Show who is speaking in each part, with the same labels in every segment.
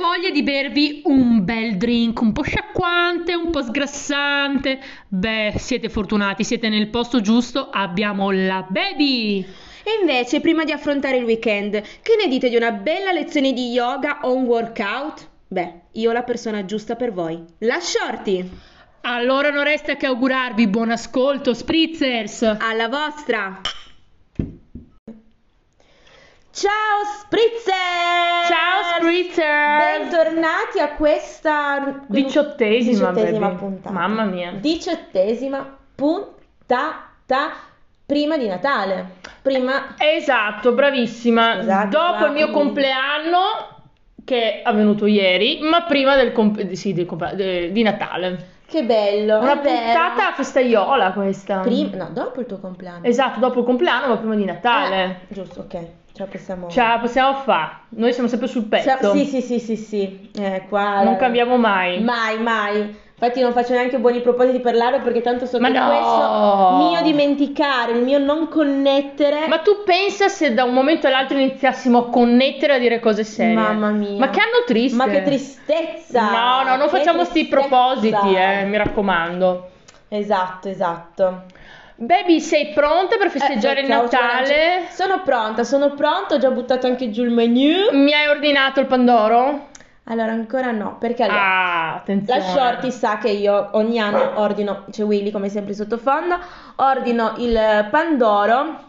Speaker 1: voglia di bervi un bel drink, un po' sciacquante, un po' sgrassante. Beh, siete fortunati, siete nel posto giusto, abbiamo la baby.
Speaker 2: E invece, prima di affrontare il weekend, che ne dite di una bella lezione di yoga o un workout? Beh, io ho la persona giusta per voi. La Shorty!
Speaker 1: Allora non resta che augurarvi buon ascolto, spritzers.
Speaker 2: Alla vostra! Ciao Spritzer!
Speaker 1: Ciao spritzer.
Speaker 2: Bentornati a questa
Speaker 1: Diciottesima,
Speaker 2: diciottesima
Speaker 1: baby.
Speaker 2: puntata.
Speaker 1: Mamma mia.
Speaker 2: diciottesima puntata prima di Natale. Prima
Speaker 1: Esatto, bravissima.
Speaker 2: Scusate,
Speaker 1: Dopo
Speaker 2: qua-
Speaker 1: il mio compleanno, che è avvenuto ieri, ma prima del comp- sì, del comple- de- di Natale.
Speaker 2: che bello,
Speaker 1: Una
Speaker 2: è vero.
Speaker 1: puntata a festaiola questa.
Speaker 2: Prim- no, dopo il tuo compleanno.
Speaker 1: Esatto, dopo il compleanno, ma prima di Natale.
Speaker 2: Ah, giusto, ok. Ce la possiamo
Speaker 1: Ce la possiamo fare. Noi siamo sempre sul
Speaker 2: Ce la-
Speaker 1: pezzo.
Speaker 2: Sì, sì, sì, sì, sì. Eh, qua
Speaker 1: Non cambiamo mai.
Speaker 2: Mai, mai. Infatti non faccio neanche buoni propositi per l'aro perché tanto so
Speaker 1: Ma
Speaker 2: che
Speaker 1: no!
Speaker 2: questo mio dimenticare, il mio non connettere.
Speaker 1: Ma tu pensa se da un momento all'altro iniziassimo a connettere a dire cose serie?
Speaker 2: Mamma mia.
Speaker 1: Ma che anno triste.
Speaker 2: Ma che tristezza!
Speaker 1: No, no, non
Speaker 2: Che
Speaker 1: facciamo sti
Speaker 2: tristezza!
Speaker 1: propositi, eh, mi raccomando.
Speaker 2: Esatto, esatto.
Speaker 1: Baby, sei pronta per festeggiare
Speaker 2: Eh,
Speaker 1: il
Speaker 2: ciao, ciao,
Speaker 1: Natale?
Speaker 2: ragazzi. Sono pronta, sono pronta, ho già buttato anche giù il menu.
Speaker 1: Mi hai ordinato il Pandoro?
Speaker 2: Allora, ancora no, perché allora...
Speaker 1: Ah, attenzione.
Speaker 2: Eh, La Shorty sa che io ogni anno
Speaker 1: Ah.
Speaker 2: ordino, c'è Willy come sempre in sottofondo, ordino il Pandoro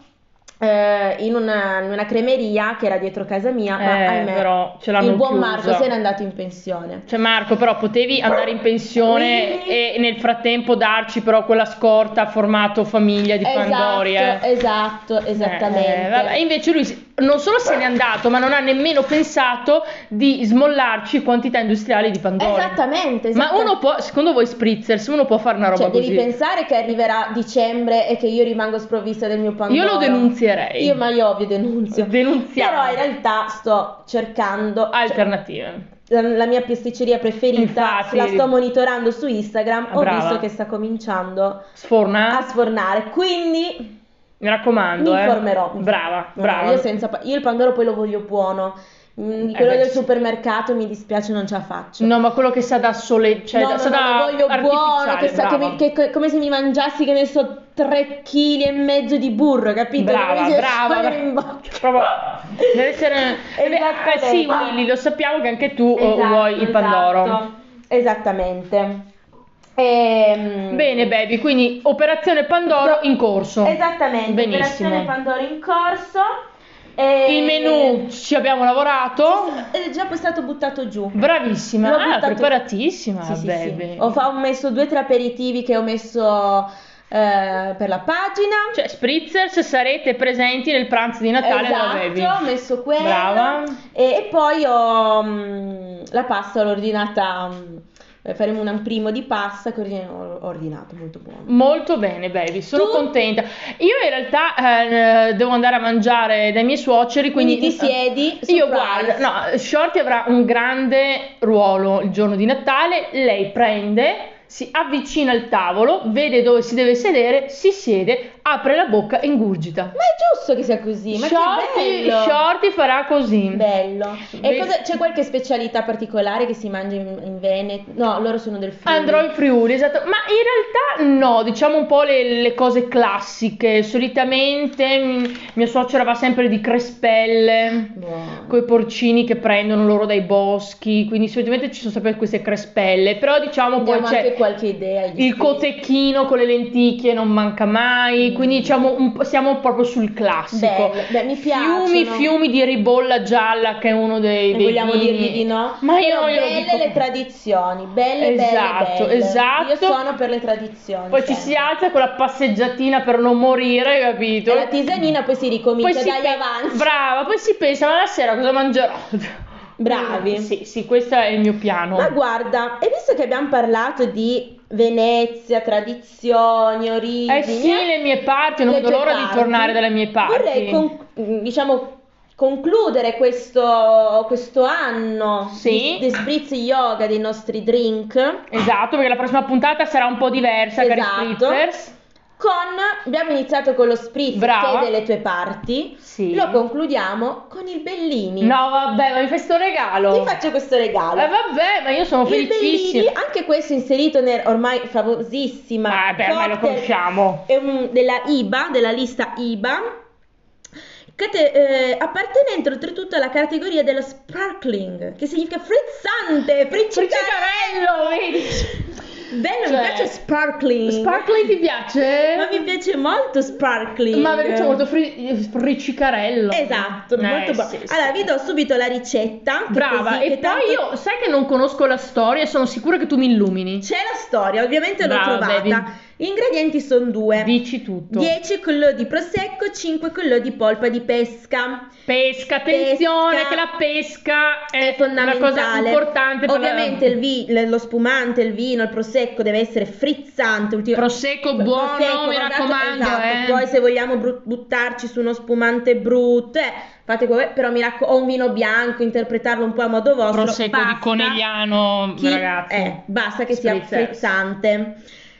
Speaker 2: eh, in, una, in una cremeria che era dietro casa mia, ma
Speaker 1: Eh,
Speaker 2: ahimè,
Speaker 1: però ce l'hanno
Speaker 2: il buon
Speaker 1: chiuso.
Speaker 2: Marco se n'è andato in pensione.
Speaker 1: Cioè Marco, però potevi andare in pensione e nel frattempo darci però quella scorta formato famiglia di Pandori, eh.
Speaker 2: Esatto, esatto, esattamente.
Speaker 1: Eh, vabbè, invece lui si- non solo se n'è andato, ma non ha nemmeno pensato di smollarci quantità industriali di Pandori.
Speaker 2: Esattamente,
Speaker 1: Ma
Speaker 2: esattamente.
Speaker 1: uno può, secondo voi spritzers, uno può fare una roba
Speaker 2: Cioè, devi
Speaker 1: così?
Speaker 2: pensare che arriverà dicembre e che io rimango sprovvista del mio Pandoro.
Speaker 1: Io lo denunzierei.
Speaker 2: Io, ma io ovvio denunzio.
Speaker 1: Denunziamo. Ah,
Speaker 2: Però in realtà sto cercando... cioè,
Speaker 1: Alternative.
Speaker 2: la, la mia pasticceria preferita,
Speaker 1: Infatti.
Speaker 2: la sto monitorando su Instagram, ho
Speaker 1: Brava.
Speaker 2: visto che sta cominciando
Speaker 1: Sforna?
Speaker 2: a sfornare, quindi
Speaker 1: Mi raccomando,
Speaker 2: Ah, mi
Speaker 1: eh.
Speaker 2: informerò.
Speaker 1: Brava,
Speaker 2: No,
Speaker 1: brava.
Speaker 2: Io, senza pa- io il Pandoro poi lo voglio buono, Mm,
Speaker 1: Eh
Speaker 2: quello
Speaker 1: beh,
Speaker 2: del
Speaker 1: sì.
Speaker 2: supermercato mi dispiace non ce la faccio.
Speaker 1: No, ma quello che sa da sole, cioè
Speaker 2: No,
Speaker 1: da,
Speaker 2: no,
Speaker 1: sa
Speaker 2: no,
Speaker 1: da
Speaker 2: lo voglio buono, che,
Speaker 1: artificiale,
Speaker 2: sa che
Speaker 1: brava.
Speaker 2: mi- che- che- come se mi mangiassi, che ne so, 3 kg e mezzo di burro, capito?
Speaker 1: Brava,
Speaker 2: Come se
Speaker 1: brava,
Speaker 2: scioglie
Speaker 1: brava.
Speaker 2: in bocca.
Speaker 1: Cioè, proprio- deve essere
Speaker 2: Esatto,
Speaker 1: deve- eh, sì,
Speaker 2: brava.
Speaker 1: Willy, lo sappiamo che anche tu eh,
Speaker 2: Esatto,
Speaker 1: vuoi il Pandoro.
Speaker 2: esatto. Esattamente. Ehm,
Speaker 1: Bene, baby, quindi operazione Pandoro in corso.
Speaker 2: Esattamente,
Speaker 1: Benissimo.
Speaker 2: operazione Pandoro in corso. E...
Speaker 1: Il menù ci abbiamo lavorato.
Speaker 2: Ed è già poi stato buttato giù.
Speaker 1: Bravissima,
Speaker 2: L'ho
Speaker 1: ah,
Speaker 2: buttato-
Speaker 1: preparatissima,
Speaker 2: Sì, sì,
Speaker 1: baby.
Speaker 2: sì. Ho, fa- ho messo due tre aperitivi che ho messo eh, per la pagina.
Speaker 1: Cioè, spritzers sarete presenti nel pranzo di Natale della baby.
Speaker 2: esatto, ho messo quello.
Speaker 1: Brava.
Speaker 2: E, e poi ho mm, la pasta, l'ho ordinata. mm, eh, faremo un primo di pasta che ho ordin- ho ho ordinato, molto buono.
Speaker 1: Molto bene, baby, sono
Speaker 2: Tu?
Speaker 1: contenta. Io in realtà eh, devo andare a mangiare dai miei suoceri, quindi, eh,
Speaker 2: Quindi, ti siedi.
Speaker 1: Io
Speaker 2: surprise.
Speaker 1: guardo, no, Shorty avrà un grande ruolo il giorno di Natale, lei prende, si avvicina al tavolo, vede dove si deve sedere, si siede, apre la bocca e ingurgita.
Speaker 2: Ma è giusto che sia così, ma che
Speaker 1: Shorty,
Speaker 2: bello!
Speaker 1: Shorty farà così.
Speaker 2: Bello. E
Speaker 1: Beh-
Speaker 2: cosa- c'è qualche specialità particolare che si mangia in, in Veneto? No, loro sono del Friuli.
Speaker 1: Andrò in Friuli, esatto, ma in realtà no, diciamo un po' le, le cose classiche, solitamente mm, mia suocera va sempre di crespelle,
Speaker 2: Buono.
Speaker 1: coi porcini che prendono loro dai boschi, quindi solitamente ci sono sempre queste crespelle, però diciamo poi
Speaker 2: Diamo
Speaker 1: c'è
Speaker 2: anche qualche idea. agli
Speaker 1: il
Speaker 2: spiriti.
Speaker 1: cotechino con le lenticchie non manca mai, quindi diciamo un po'- siamo proprio sul classico.
Speaker 2: Bello. Beh, mi piacciono.
Speaker 1: Fiumi, fiumi di ribolla gialla che è uno dei,
Speaker 2: E
Speaker 1: dei
Speaker 2: vogliamo
Speaker 1: vini.
Speaker 2: dirgli di no?
Speaker 1: Ma io
Speaker 2: Però
Speaker 1: non glielo
Speaker 2: belle
Speaker 1: dico.
Speaker 2: le tradizioni, belle, belle,
Speaker 1: Esatto,
Speaker 2: belle.
Speaker 1: esatto.
Speaker 2: Io sono per le tradizioni. cioè.
Speaker 1: Poi ci si
Speaker 2: sempre.
Speaker 1: alza con la passeggiatina per non morire, capito?
Speaker 2: E la tisanina poi si ricomincia,
Speaker 1: Poi si
Speaker 2: dai
Speaker 1: pe-
Speaker 2: avanti.
Speaker 1: Brava, poi si pensa, ma la sera cosa mangerò?
Speaker 2: Bravi.
Speaker 1: Sì, sì, questo è il mio piano.
Speaker 2: Ma guarda, e visto che abbiamo parlato di Venezia, tradizioni, origini,
Speaker 1: Eh sì, le mie parti, non
Speaker 2: le
Speaker 1: vedo
Speaker 2: tue
Speaker 1: l'ora di
Speaker 2: parti.
Speaker 1: tornare dalle mie parti.
Speaker 2: Vorrei con- diciamo concludere questo, questo anno
Speaker 1: Sì.
Speaker 2: di, di spritz yoga dei nostri drink
Speaker 1: Esatto, perché la prossima puntata sarà un po' diversa, cari
Speaker 2: Esatto.
Speaker 1: spritzers.
Speaker 2: con abbiamo iniziato con lo spritz
Speaker 1: Brava.
Speaker 2: che è delle tue parti.
Speaker 1: Sì.
Speaker 2: Lo concludiamo con il Bellini.
Speaker 1: No, vabbè, ma mi fai sto regalo.
Speaker 2: Ti faccio questo regalo.
Speaker 1: Eh, vabbè, ma io sono
Speaker 2: il Bellini,
Speaker 1: felicissima.
Speaker 2: anche questo inserito nel ormai famosissima
Speaker 1: Ah, beh, ormai lo
Speaker 2: cocktail-
Speaker 1: conosciamo.
Speaker 2: è un- della IBA, della lista IBA, che te- eh, appartenente oltretutto alla categoria dello sparkling, che significa frizzante,
Speaker 1: Friccicarello,
Speaker 2: friccicarello.
Speaker 1: vedi?
Speaker 2: Bello,
Speaker 1: Cioè,
Speaker 2: mi piace sparkling.
Speaker 1: Sparkling ti piace?
Speaker 2: Ma mi piace molto sparkling.
Speaker 1: Ma perché c'è molto fri- friccicarello.
Speaker 2: Esatto,
Speaker 1: Eh,
Speaker 2: molto buono.
Speaker 1: sì, sì.
Speaker 2: Allora, vi do subito la ricetta. che
Speaker 1: Brava,
Speaker 2: così-
Speaker 1: e
Speaker 2: che
Speaker 1: poi
Speaker 2: tanto-
Speaker 1: io sai che non conosco la storia, sono sicura che tu mi illumini.
Speaker 2: C'è la storia, ovviamente l'ho
Speaker 1: Brava,
Speaker 2: trovata.
Speaker 1: baby.
Speaker 2: Gli ingredienti sono due.
Speaker 1: Dici tutto.
Speaker 2: 10 collo di prosecco, 5 collo di polpa di pesca.
Speaker 1: Pesca, attenzione
Speaker 2: Pesca.
Speaker 1: che la pesca è,
Speaker 2: È fondamentale.
Speaker 1: una cosa importante per la-
Speaker 2: Ovviamente il vi- le- lo spumante, il vino, il prosecco deve essere frizzante. ultimo-
Speaker 1: prosecco buono,
Speaker 2: prosecco,
Speaker 1: mi
Speaker 2: guardate,
Speaker 1: raccomando,
Speaker 2: esatto.
Speaker 1: eh.
Speaker 2: Poi se vogliamo bru- buttarci su uno spumante brutto, eh, fate come- però mi raccomando, un vino bianco, interpretarlo un po' a modo vostro.
Speaker 1: prosecco di
Speaker 2: basta
Speaker 1: conegliano,
Speaker 2: chi-
Speaker 1: ragazzi.
Speaker 2: eh, basta che sia
Speaker 1: Spritzer.
Speaker 2: frizzante.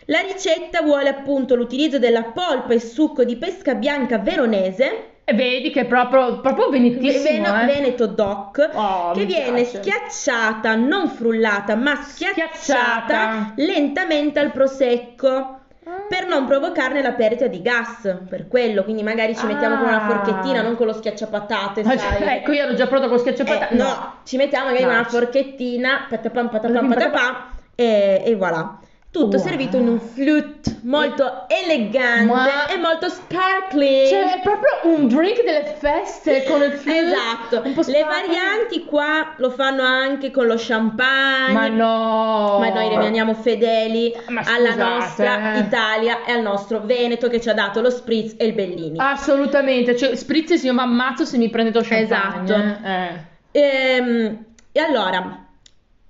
Speaker 2: La ricetta vuole appunto l'utilizzo della polpa e succo di pesca bianca veronese.
Speaker 1: E vedi che è proprio proprio venitissimo,
Speaker 2: Veno-
Speaker 1: eh.
Speaker 2: Veneto Doc
Speaker 1: Oh,
Speaker 2: che
Speaker 1: mi
Speaker 2: viene
Speaker 1: piace.
Speaker 2: schiacciata, non frullata, ma schiacciata,
Speaker 1: Schiacciata.
Speaker 2: lentamente al prosecco
Speaker 1: Ah.
Speaker 2: per non provocarne la perdita di gas, per quello, quindi magari ci mettiamo con una
Speaker 1: Ah.
Speaker 2: forchettina, non con lo schiacciapatate,
Speaker 1: Ah,
Speaker 2: sai.
Speaker 1: cioè, ecco, io ero già pronta con schiacciapatate.
Speaker 2: Eh, no, ci mettiamo magari
Speaker 1: No.
Speaker 2: una forchettina, patapam, patapam,
Speaker 1: Patapim,
Speaker 2: patapam, e, e voilà. Tutto
Speaker 1: Wow.
Speaker 2: servito in un flute molto elegante
Speaker 1: Ma-
Speaker 2: e molto sparkling.
Speaker 1: Cioè, è proprio un drink delle feste con il flute.
Speaker 2: Esatto,
Speaker 1: un po'
Speaker 2: le
Speaker 1: sparo.
Speaker 2: varianti qua lo fanno anche con lo champagne,
Speaker 1: Ma no.
Speaker 2: ma noi rimaniamo fedeli
Speaker 1: Ma
Speaker 2: alla
Speaker 1: Oh. Ah, scusate,
Speaker 2: nostra
Speaker 1: eh.
Speaker 2: Italia e al nostro Veneto che ci ha dato lo spritz e il Bellini.
Speaker 1: Assolutamente, cioè spritz se io mi ammazzo se mi prendete champagne.
Speaker 2: Esatto.
Speaker 1: eh.
Speaker 2: Ehm, e allora,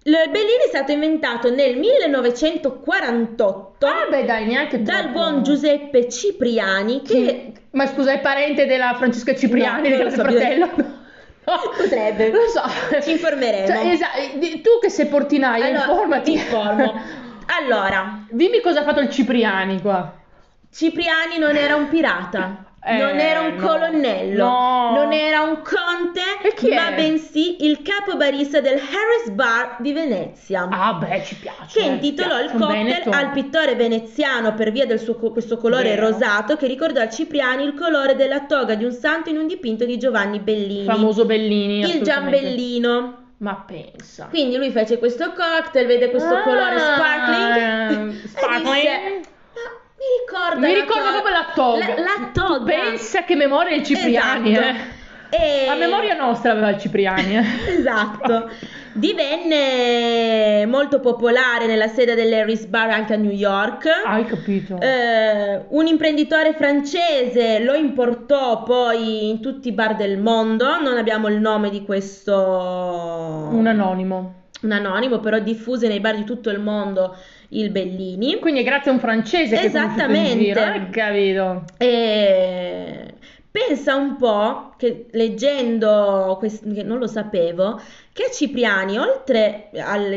Speaker 2: il Bellini è stato inventato nel 1948
Speaker 1: Ah, beh, dai, neanche
Speaker 2: dal
Speaker 1: troppo.
Speaker 2: buon Giuseppe Cipriani
Speaker 1: Chi-
Speaker 2: che
Speaker 1: Ma scusa, è parente della Francesca Cipriani,
Speaker 2: No,
Speaker 1: del
Speaker 2: non lo so,
Speaker 1: fratello? No.
Speaker 2: Potrebbe.
Speaker 1: Non lo so.
Speaker 2: Ci informeremo.
Speaker 1: Cioè, esa- di- tu che sei portinaio,
Speaker 2: Allora,
Speaker 1: Ah, informati.
Speaker 2: ti informo. Allora,
Speaker 1: Dimmi cosa ha fatto il Cipriani qua.
Speaker 2: Cipriani non era un pirata,
Speaker 1: Eh,
Speaker 2: non era un
Speaker 1: no.
Speaker 2: colonnello,
Speaker 1: No.
Speaker 2: non era un conte,
Speaker 1: E chi è?
Speaker 2: ma bensì il capobarista del Harris Bar di Venezia.
Speaker 1: Ah, beh, ci piace.
Speaker 2: Che intitolò il
Speaker 1: Piace un
Speaker 2: cocktail
Speaker 1: Veneto.
Speaker 2: al pittore veneziano per via del suo co- questo colore
Speaker 1: Vero.
Speaker 2: rosato che ricordò a Cipriani il colore della toga di un santo in un dipinto di Giovanni Bellini,
Speaker 1: famoso Bellini.
Speaker 2: il
Speaker 1: assolutamente.
Speaker 2: Giambellino.
Speaker 1: Ma pensa.
Speaker 2: Quindi lui fece questo cocktail, vede questo
Speaker 1: Ah,
Speaker 2: colore sparkling.
Speaker 1: ehm,
Speaker 2: e
Speaker 1: sparkling.
Speaker 2: disse, "Ma mi ricorda.
Speaker 1: Mi
Speaker 2: la
Speaker 1: ricordo proprio la toga.
Speaker 2: La, la toga.
Speaker 1: Tu pensa che memoria il Cipriani,
Speaker 2: Esatto.
Speaker 1: eh.
Speaker 2: E-
Speaker 1: A memoria nostra aveva il Cipriani, eh.
Speaker 2: Esatto. Divenne molto popolare nella sede dell'Harris Bar anche a New York.
Speaker 1: Hai capito?
Speaker 2: Eh, un imprenditore francese lo importò poi in tutti i bar del mondo. Non abbiamo il nome di questo
Speaker 1: Un anonimo.
Speaker 2: un anonimo, però diffuse nei bar di tutto il mondo il Bellini.
Speaker 1: Quindi è grazie a un francese che è conosciuto in giro.
Speaker 2: Esattamente.
Speaker 1: Eh, capito.
Speaker 2: E pensa un po' che leggendo, quest- che non lo sapevo, che Cipriani, oltre al-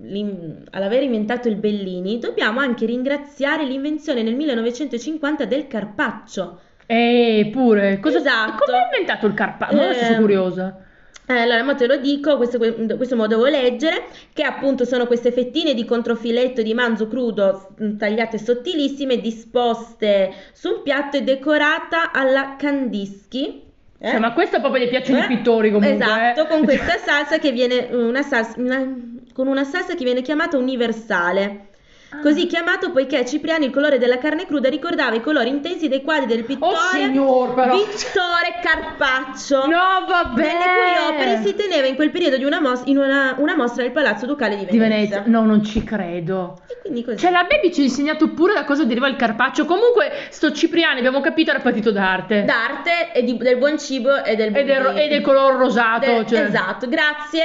Speaker 2: l'in- all'aver inventato il Bellini, dobbiamo anche ringraziare l'invenzione nel 1950 del carpaccio.
Speaker 1: Eh, pure. Cosa,
Speaker 2: Esatto.
Speaker 1: Come ha inventato il Carpaccio? Ora sono
Speaker 2: Eh,
Speaker 1: curiosa.
Speaker 2: Eh, Allora, mo te lo dico, questo, questo me lo devo leggere, che appunto sono queste fettine di controfiletto di manzo crudo mh, tagliate sottilissime, disposte su un piatto e decorata alla Kandinsky. Eh?
Speaker 1: Cioè, ma questo proprio gli piacciono i
Speaker 2: Eh,
Speaker 1: pittori comunque.
Speaker 2: Esatto,
Speaker 1: eh.
Speaker 2: con questa salsa che viene una salsa, una- con una salsa che viene chiamata universale.
Speaker 1: Ah.
Speaker 2: Così chiamato poiché a Cipriani il colore della carne cruda ricordava i colori intensi dei quadri del
Speaker 1: Oh
Speaker 2: pittore
Speaker 1: signor, però.
Speaker 2: Vittore Carpaccio.
Speaker 1: No, vabbè.
Speaker 2: Delle cui opere si teneva in quel periodo di una mos- in una, una mostra nel Palazzo Ducale di
Speaker 1: Di
Speaker 2: Venezia.
Speaker 1: Venezia. No, non ci credo.
Speaker 2: E quindi così.
Speaker 1: Cioè, la baby ci ha insegnato pure da cosa deriva il carpaccio. Comunque, sto Cipriani, abbiamo capito, era partito d'arte.
Speaker 2: D'arte e di- del buon cibo e del buon
Speaker 1: E del, ro-
Speaker 2: vino.
Speaker 1: e del colore rosato.
Speaker 2: Del-
Speaker 1: cioè.
Speaker 2: Esatto, grazie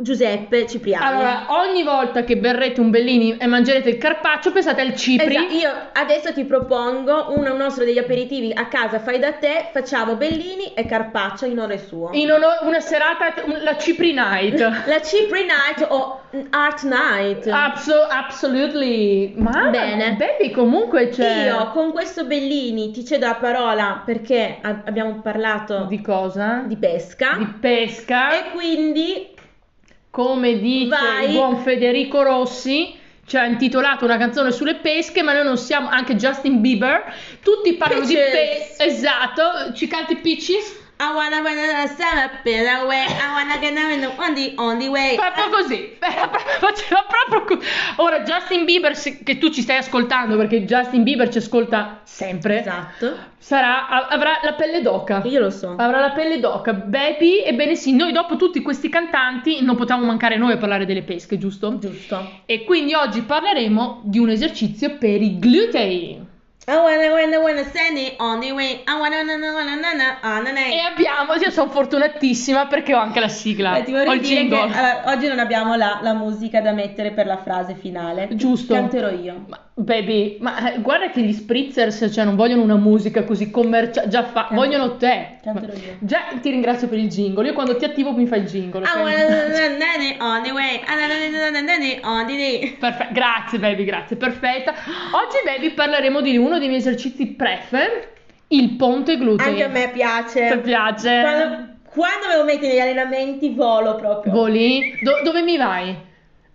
Speaker 2: Giuseppe Cipriani.
Speaker 1: Allora, ogni volta che berrete un Bellini e mangerete il carpaccio, pensate al Cipri.
Speaker 2: Esatto, io adesso ti propongo uno nostro degli aperitivi a casa fai da te, facciamo Bellini e Carpaccio in onore suo.
Speaker 1: In ono- una serata, un- la Cipri Night.
Speaker 2: La Cipri Night o Art Night.
Speaker 1: Abso- absolutely. Ma
Speaker 2: Bene.
Speaker 1: Baby, comunque c'è.
Speaker 2: Io con questo Bellini ti cedo la parola perché a- abbiamo parlato di,
Speaker 1: Di cosa?
Speaker 2: pesca
Speaker 1: Di pesca.
Speaker 2: e quindi
Speaker 1: Come dice
Speaker 2: Vai.
Speaker 1: il buon Federico Rossi. Ci ha intitolato una canzone sulle pesche, ma noi non siamo anche Justin Bieber. Tutti parlano di
Speaker 2: Peaches.
Speaker 1: pesca. Esatto, ci canti Peaches.
Speaker 2: I wanna wanna step up in the way, I wanna get down in the- on the, on the way.
Speaker 1: Proprio così, faceva proprio così. Ora, Justin Bieber, se- che tu ci stai ascoltando, perché Justin Bieber ci ascolta sempre,
Speaker 2: Esatto.
Speaker 1: sarà, av- avrà la pelle d'oca.
Speaker 2: Io lo so.
Speaker 1: Avrà la pelle d'oca, Baby, ebbene sì, noi dopo tutti questi cantanti non potevamo mancare noi a parlare delle pesche, giusto?
Speaker 2: Giusto.
Speaker 1: E quindi oggi parleremo di un esercizio per i glutei.
Speaker 2: I wanna wanna wanna stand it on the way. I wanna wanna wanna wanna wanna
Speaker 1: E abbiamo, io sono fortunatissima perché ho anche la sigla,
Speaker 2: Eh, ti vorrei
Speaker 1: ho il
Speaker 2: dire che
Speaker 1: jingle.
Speaker 2: allora, oggi non abbiamo la, la musica da mettere per la frase finale.
Speaker 1: Giusto.
Speaker 2: Canterò io.
Speaker 1: Ma, baby, ma eh, guarda che gli spritzers cioè, non vogliono una musica così commerciale, già fa,
Speaker 2: Canto-
Speaker 1: vogliono te.
Speaker 2: canterò io.
Speaker 1: Già ti ringrazio per il jingle, io quando ti attivo mi fai il jingle.
Speaker 2: I
Speaker 1: ok?
Speaker 2: wanna stand it on the way. I wanna stand it on the day.
Speaker 1: Perfe- grazie baby, grazie, perfetta. Oggi baby parleremo di uno dei miei esercizi prefer, il ponte gluteo.
Speaker 2: Anche a me piace.
Speaker 1: Ti piace?
Speaker 2: Quando, quando me lo metti negli allenamenti volo proprio.
Speaker 1: Voli? Do- dove mi vai?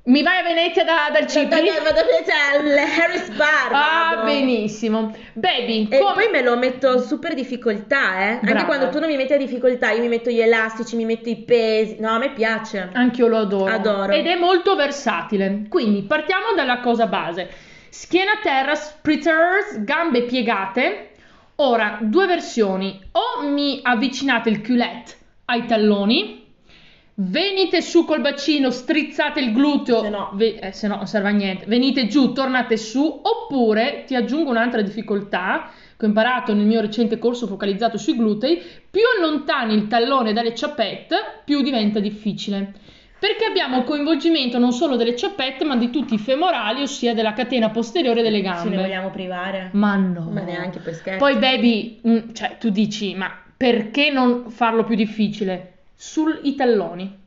Speaker 1: Mi vai a Venezia da- dal
Speaker 2: Cioè,
Speaker 1: Cipri?
Speaker 2: Vado vado a piacere Harris Bar.
Speaker 1: Ah,
Speaker 2: vado.
Speaker 1: benissimo. Baby,
Speaker 2: E
Speaker 1: come...
Speaker 2: poi me lo metto super difficoltà, eh. Anche
Speaker 1: Brava.
Speaker 2: quando tu non mi metti a difficoltà, io mi metto gli elastici, mi metto i pesi. No, a me piace.
Speaker 1: Anch'io lo adoro.
Speaker 2: Adoro.
Speaker 1: Ed è molto versatile. Quindi partiamo dalla cosa base. Schiena a terra, spritzers, gambe piegate. Ora, due versioni. O mi avvicinate il culette ai talloni, venite su col bacino, strizzate il gluteo,
Speaker 2: Se no.
Speaker 1: ve- eh, se no non serve a niente. Venite giù, tornate su, oppure ti aggiungo un'altra difficoltà che ho imparato nel mio recente corso focalizzato sui glutei, più allontani il tallone dalle ciappette, più diventa difficile. Perché abbiamo il coinvolgimento non solo delle ciappette, ma di tutti i femorali, ossia della catena posteriore delle
Speaker 2: Ce ne
Speaker 1: gambe.
Speaker 2: vogliamo privare?
Speaker 1: Ma Ah, no.
Speaker 2: Ma neanche per scherzo.
Speaker 1: Poi baby, mm, cioè tu dici, ma perché non farlo più difficile? Sui talloni.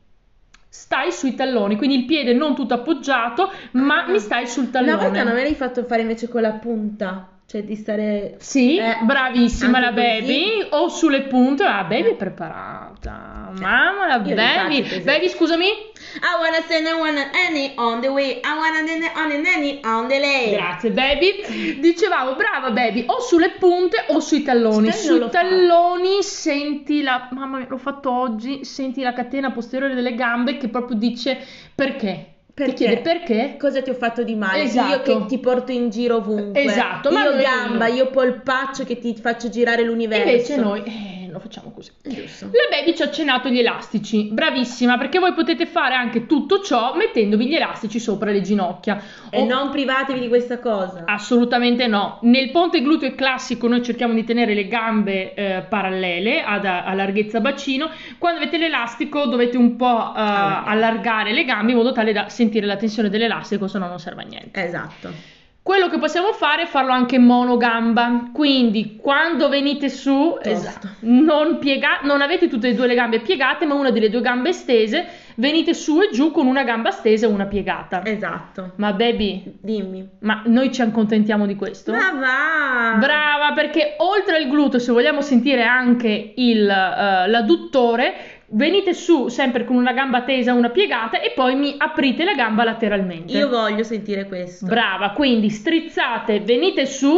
Speaker 1: Stai sui talloni, quindi il piede non tutto appoggiato, ma
Speaker 2: Ah.
Speaker 1: mi stai sul
Speaker 2: Una
Speaker 1: tallone.
Speaker 2: volta non me l'hai fatto fare invece con la punta, cioè di stare...
Speaker 1: Sì,
Speaker 2: Eh,
Speaker 1: bravissima la
Speaker 2: anche
Speaker 1: baby, o sulle punte, la baby
Speaker 2: Eh.
Speaker 1: è preparata. Mamma la
Speaker 2: io li faccio
Speaker 1: baby.
Speaker 2: così.
Speaker 1: Baby, scusami.
Speaker 2: I wanna send I wanna any on the way, I wanna nanny on the nanny on the lay.
Speaker 1: Grazie baby. Dicevamo, brava baby, o sulle punte o sui talloni.
Speaker 2: Stai non
Speaker 1: sui
Speaker 2: lo fa.
Speaker 1: talloni senti la Mamma mia, l'ho fatto oggi, senti la catena posteriore delle gambe che proprio dice perché?
Speaker 2: Perché?
Speaker 1: Ti chiede perché?
Speaker 2: Cosa ti ho fatto di male? Io
Speaker 1: Esatto.
Speaker 2: che ti porto in giro ovunque.
Speaker 1: Esatto, ma
Speaker 2: Io
Speaker 1: noi-
Speaker 2: gamba, io polpaccio che ti faccio girare
Speaker 1: E
Speaker 2: l'universo.
Speaker 1: invece noi eh, lo facciamo così.
Speaker 2: Giusto.
Speaker 1: La baby ci ha accennato gli elastici, bravissima, perché voi potete fare anche tutto ciò mettendovi gli elastici sopra le ginocchia.
Speaker 2: E
Speaker 1: O-
Speaker 2: non privatevi di questa cosa.
Speaker 1: Assolutamente no. Nel ponte gluteo classico noi cerchiamo di tenere le gambe eh, parallele ad- a larghezza bacino. Quando avete l'elastico dovete un po' eh, allargare le gambe in modo tale da sentire la tensione dell'elastico, se no non serve a niente.
Speaker 2: Esatto.
Speaker 1: Quello che possiamo fare è farlo anche monogamba, quindi quando venite su,
Speaker 2: Tosto.
Speaker 1: esatto, non, piega- non avete tutte e due le gambe piegate, ma una delle due gambe stese, venite su e giù con una gamba stesa e una piegata.
Speaker 2: Esatto.
Speaker 1: Ma baby,
Speaker 2: Dimmi.
Speaker 1: ma noi ci accontentiamo di questo?
Speaker 2: Ma va.
Speaker 1: Brava, perché oltre al gluteo, se vogliamo sentire anche il, eh, l'adduttore, venite su sempre con una gamba tesa, una piegata e poi mi aprite la gamba lateralmente.
Speaker 2: Io voglio sentire questo.
Speaker 1: Brava, quindi strizzate, venite su,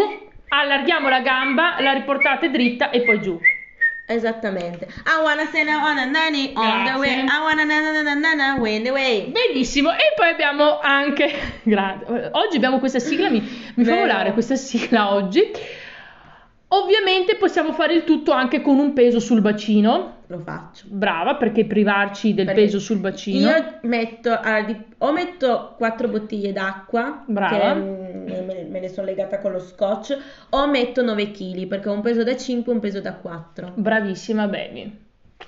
Speaker 1: allarghiamo la gamba, la riportate dritta e poi giù.
Speaker 2: Esattamente. I wanna send I wanna nanny on the
Speaker 1: Grazie.
Speaker 2: way. I wanna nanana nanana win the way.
Speaker 1: Benissimo, e poi abbiamo anche... Grazie. Oggi abbiamo questa sigla, mi, mi fa
Speaker 2: Vero.
Speaker 1: volare questa sigla oggi. Ovviamente possiamo fare il tutto anche con un peso sul bacino.
Speaker 2: Lo faccio.
Speaker 1: Brava, perché privarci del
Speaker 2: Perché
Speaker 1: peso sul bacino?
Speaker 2: Io metto allora, di- o metto quattro bottiglie d'acqua,
Speaker 1: Brava.
Speaker 2: che mm, me, me ne sono legata con lo scotch, o metto 9 kg, perché ho un peso da 5 e un peso da 4.
Speaker 1: Bravissima, baby.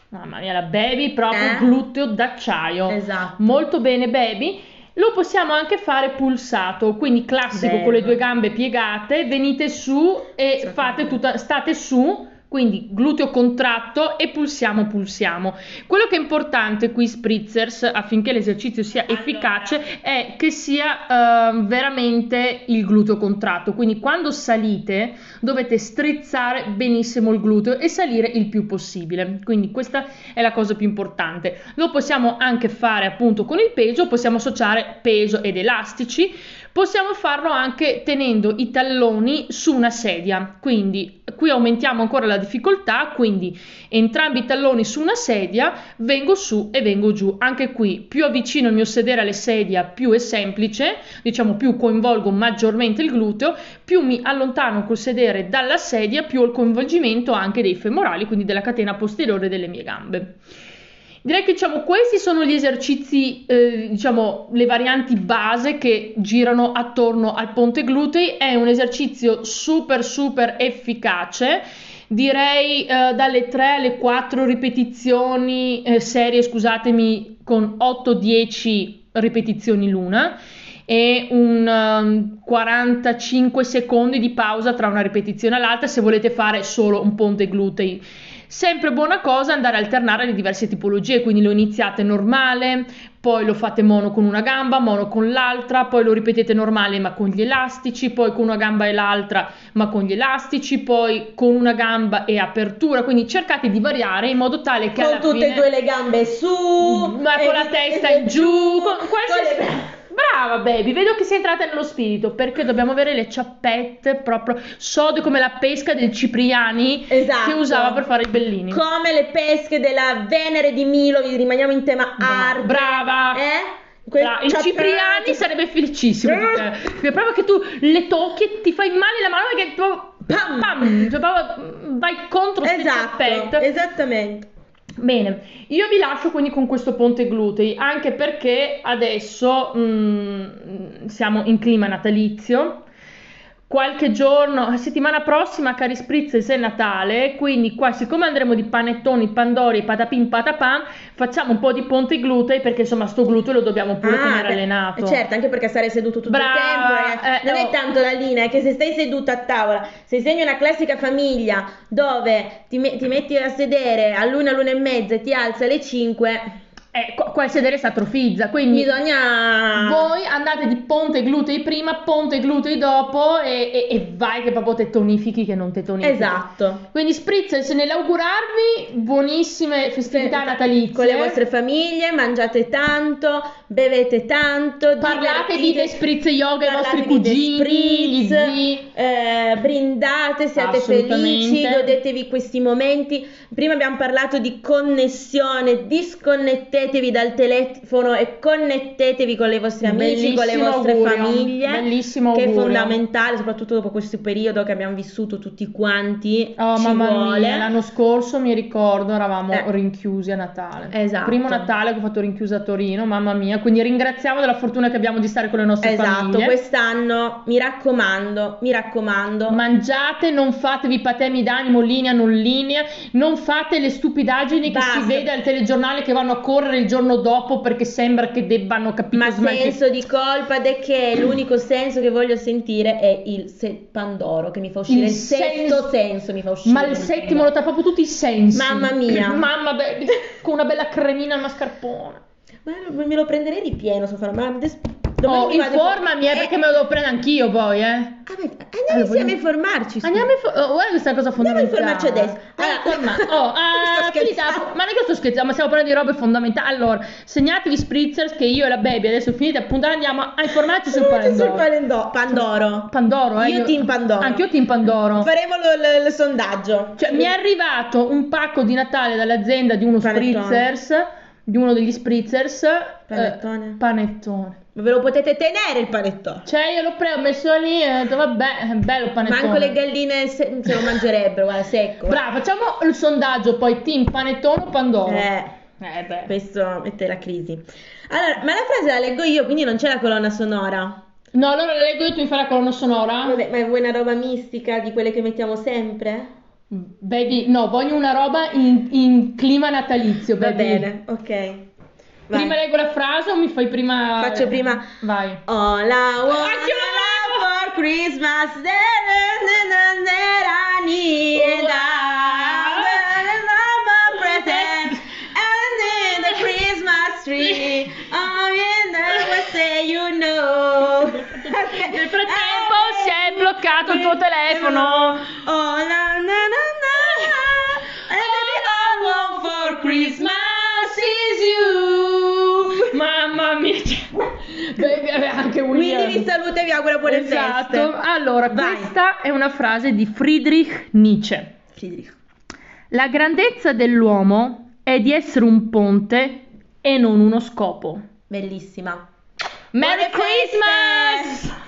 Speaker 1: Mamma mia, la baby proprio
Speaker 2: Eh?
Speaker 1: gluteo d'acciaio.
Speaker 2: Esatto.
Speaker 1: Molto bene, baby. Lo possiamo anche fare pulsato, quindi classico
Speaker 2: Bello.
Speaker 1: con le due gambe piegate, venite su e
Speaker 2: Esatto.
Speaker 1: fate tutta, state su, quindi gluteo contratto e pulsiamo, pulsiamo. Quello che è importante qui, spritzers, affinché l'esercizio sia
Speaker 2: Allora.
Speaker 1: efficace, è che sia ehm, veramente il gluteo contratto. Quindi quando salite dovete strizzare benissimo il gluteo e salire il più possibile. Quindi questa è la cosa più importante. Lo possiamo anche fare appunto con il peso, possiamo associare peso ed elastici, possiamo farlo anche tenendo i talloni su una sedia. Quindi qui aumentiamo ancora la difficoltà, quindi entrambi i talloni su una sedia, vengo su e vengo giù. Anche qui più avvicino il mio sedere alle sedia, più è semplice, diciamo più coinvolgo maggiormente il gluteo, più mi allontano col sedere dalla sedia, più ho il coinvolgimento anche dei femorali, quindi della catena posteriore delle mie gambe. Direi che diciamo, questi sono gli esercizi, eh, diciamo, le varianti base che girano attorno al ponte glutei. È un esercizio super, super efficace. Direi eh, dalle 3 alle 4 ripetizioni, eh, serie, scusatemi, con 8-10 ripetizioni l'una e un ehm, 45 secondi di pausa tra una ripetizione all'altra se volete fare solo un ponte glutei. Sempre buona cosa andare a alternare le diverse tipologie, quindi lo iniziate normale, poi lo fate mono con una gamba, mono con l'altra, poi lo ripetete normale ma con gli elastici, poi con una gamba e l'altra ma con gli elastici, poi con una gamba e apertura, quindi cercate di variare in modo tale che alla
Speaker 2: Con tutte
Speaker 1: fine
Speaker 2: e due le gambe su,
Speaker 1: ma con
Speaker 2: Eh,
Speaker 1: la testa in giù, con qualsiasi...
Speaker 2: con le-
Speaker 1: Brava baby, vedo che sei entrata nello spirito perché dobbiamo avere le ciappette proprio sode come la pesca del Cipriani
Speaker 2: Esatto.
Speaker 1: che usava per fare i bellini.
Speaker 2: Come le pesche della Venere di Milo, vi rimaniamo in tema arte.
Speaker 1: Brava!
Speaker 2: Eh? Que- cioè,
Speaker 1: Bra- il
Speaker 2: ciappate-
Speaker 1: Cipriani sarebbe felicissimo di te. Perché proprio che tu le tocchi e ti fai male la mano perché proprio
Speaker 2: Pam!
Speaker 1: pam, cioè proprio vai contro queste
Speaker 2: Esatto,
Speaker 1: ciappette.
Speaker 2: esattamente.
Speaker 1: Bene, io vi lascio quindi con questo ponte glutei, anche perché adesso mm, siamo in clima natalizio. Qualche giorno, settimana prossima, cari spritz, è Natale, quindi qua siccome andremo di panettoni, pandori, patapin, patapam, facciamo un po' di ponte glutei perché insomma sto gluteo lo dobbiamo pure
Speaker 2: Ah,
Speaker 1: tenere
Speaker 2: beh,
Speaker 1: allenato.
Speaker 2: Certo, anche perché stare seduto tutto
Speaker 1: Brava,
Speaker 2: il tempo. eh.
Speaker 1: eh,
Speaker 2: non
Speaker 1: oh.
Speaker 2: è tanto la linea, è che se stai seduto a tavola, se sei in una classica famiglia dove ti, me- ti metti a sedere all'una, all'una e mezza e ti alza alle 5,
Speaker 1: Eh, qua, qua il sedere si atrofizza, quindi Ah.
Speaker 2: bisogna...
Speaker 1: Voi andate di ponte glutei prima, ponte glutei dopo e, e- e vai che proprio te tonifichi che non te tonifichi.
Speaker 2: Esatto.
Speaker 1: Quindi Spritz, se nell'augurarvi buonissime festività natalizie.
Speaker 2: Con le vostre famiglie, mangiate tanto, bevete tanto,
Speaker 1: Parlate di
Speaker 2: divertite-
Speaker 1: The Spritz Yoga ai vostri
Speaker 2: parlate di
Speaker 1: cugini,
Speaker 2: The
Speaker 1: gli
Speaker 2: Spritz,
Speaker 1: zii.
Speaker 2: eh, brindate, siate
Speaker 1: Assolutamente.
Speaker 2: felici, godetevi questi momenti. Prima abbiamo parlato di connessione, disconnettetevi dal telefono e connettetevi con i vostri amici, con Cioè, le
Speaker 1: Bellissimo
Speaker 2: vostre
Speaker 1: augurio,
Speaker 2: famiglie,
Speaker 1: Bellissimo
Speaker 2: che è
Speaker 1: augurio.
Speaker 2: fondamentale, soprattutto dopo questo periodo che abbiamo vissuto tutti quanti,
Speaker 1: Oh
Speaker 2: ci
Speaker 1: mamma
Speaker 2: vuole.
Speaker 1: mia, l'anno scorso mi ricordo eravamo
Speaker 2: Eh.
Speaker 1: rinchiusi a Natale.
Speaker 2: Esatto.
Speaker 1: Primo Natale che ho fatto rinchiusa a Torino, mamma mia, quindi ringraziamo della fortuna che abbiamo di stare con le nostre
Speaker 2: Esatto,
Speaker 1: famiglie.
Speaker 2: quest'anno mi raccomando, mi raccomando.
Speaker 1: Mangiate, non fatevi patemi d'animo, linea, non linea, non fate le stupidaggini che
Speaker 2: Basta.
Speaker 1: si vede al telegiornale che vanno a correre il giorno dopo perché sembra che debbano capire
Speaker 2: Ma senso di colpa de che l'unico senso che voglio sentire è il se- Pandoro che mi fa uscire il,
Speaker 1: Il
Speaker 2: sesto
Speaker 1: senso-
Speaker 2: senso mi fa uscire.
Speaker 1: Ma il settimo lo tappa proprio tutti i sensi.
Speaker 2: Mamma mia.
Speaker 1: Mamma, be- con una bella cremina al mascarpone.
Speaker 2: Ma io me lo prenderei di pieno so farò, ma adesso- domani
Speaker 1: Oh,
Speaker 2: mi vado-
Speaker 1: informami eh,
Speaker 2: Eh,
Speaker 1: perché me lo devo prendere anch'io poi, eh.
Speaker 2: ah, beh, andiamo
Speaker 1: Allora,
Speaker 2: insieme
Speaker 1: vogliamo-
Speaker 2: a informarci. su-
Speaker 1: Andiamo a info- oh, guarda questa cosa
Speaker 2: Andiamo a
Speaker 1: fondamentale.
Speaker 2: informarci adesso.
Speaker 1: Allora,
Speaker 2: Ah.
Speaker 1: informa- oh, ah,
Speaker 2: Sto
Speaker 1: Filippa,
Speaker 2: scherzando.
Speaker 1: ma non è che sto scherzando, ma stiamo parlando di robe fondamentali. Allora, segnatevi spritzers che io e la baby adesso finite a puntare andiamo a informarci sul
Speaker 2: Andiamo sul
Speaker 1: Pandoro.
Speaker 2: Palendo- Pandoro.
Speaker 1: Pandoro, eh.
Speaker 2: Io team Pandoro.
Speaker 1: Anche io team Pandoro.
Speaker 2: Faremo lo- lo- il sondaggio.
Speaker 1: Cioè, mi è arrivato un pacco di Natale dall'azienda di uno
Speaker 2: Panettone.
Speaker 1: spritzers, di uno degli spritzers, eh,
Speaker 2: Panettone.
Speaker 1: panettone.
Speaker 2: Ma ve lo potete tenere il panettone.
Speaker 1: Cioè, io l'ho preso, ho messo lì e ho detto, vabbè, bello panettone.
Speaker 2: Manco le galline se, se lo mangerebbero, guarda, secco.
Speaker 1: Bravo, facciamo il sondaggio poi team panettone o Pandoro.
Speaker 2: Eh.
Speaker 1: Eh beh.
Speaker 2: Questo mette la crisi. Allora, ma la frase la leggo io, quindi non c'è la colonna sonora.
Speaker 1: No, allora la leggo io, tu mi fai la colonna sonora?
Speaker 2: Vabbè, ma vuoi una roba mistica di quelle che mettiamo sempre?
Speaker 1: Baby, no, voglio una roba in, in clima natalizio,
Speaker 2: Va
Speaker 1: baby.
Speaker 2: bene, ok. Vai.
Speaker 1: Prima leggo la frase o mi fai prima...
Speaker 2: Faccio prima.
Speaker 1: Vai.
Speaker 2: All I want
Speaker 1: Ah, ci
Speaker 2: for Christmas na, na, na, na, na, ni, and I will love my present and in the Christmas tree. Oh, you know what say you know.
Speaker 1: Nel frattempo si è bloccato il tuo telefono.
Speaker 2: Oh, na, na, na, na. And baby, all I want for Christmas is you.
Speaker 1: Mamma mia. cioè, beh, beh, anche William.
Speaker 2: Quindi vi saluto e vi auguro buone
Speaker 1: Esatto.
Speaker 2: feste.
Speaker 1: Allora,
Speaker 2: Vai.
Speaker 1: questa è una frase di Friedrich Nietzsche.
Speaker 2: Friedrich.
Speaker 1: La grandezza dell'uomo è di essere un ponte e non uno scopo.
Speaker 2: Bellissima.
Speaker 1: Merry
Speaker 2: Buone feste!
Speaker 1: Christmas!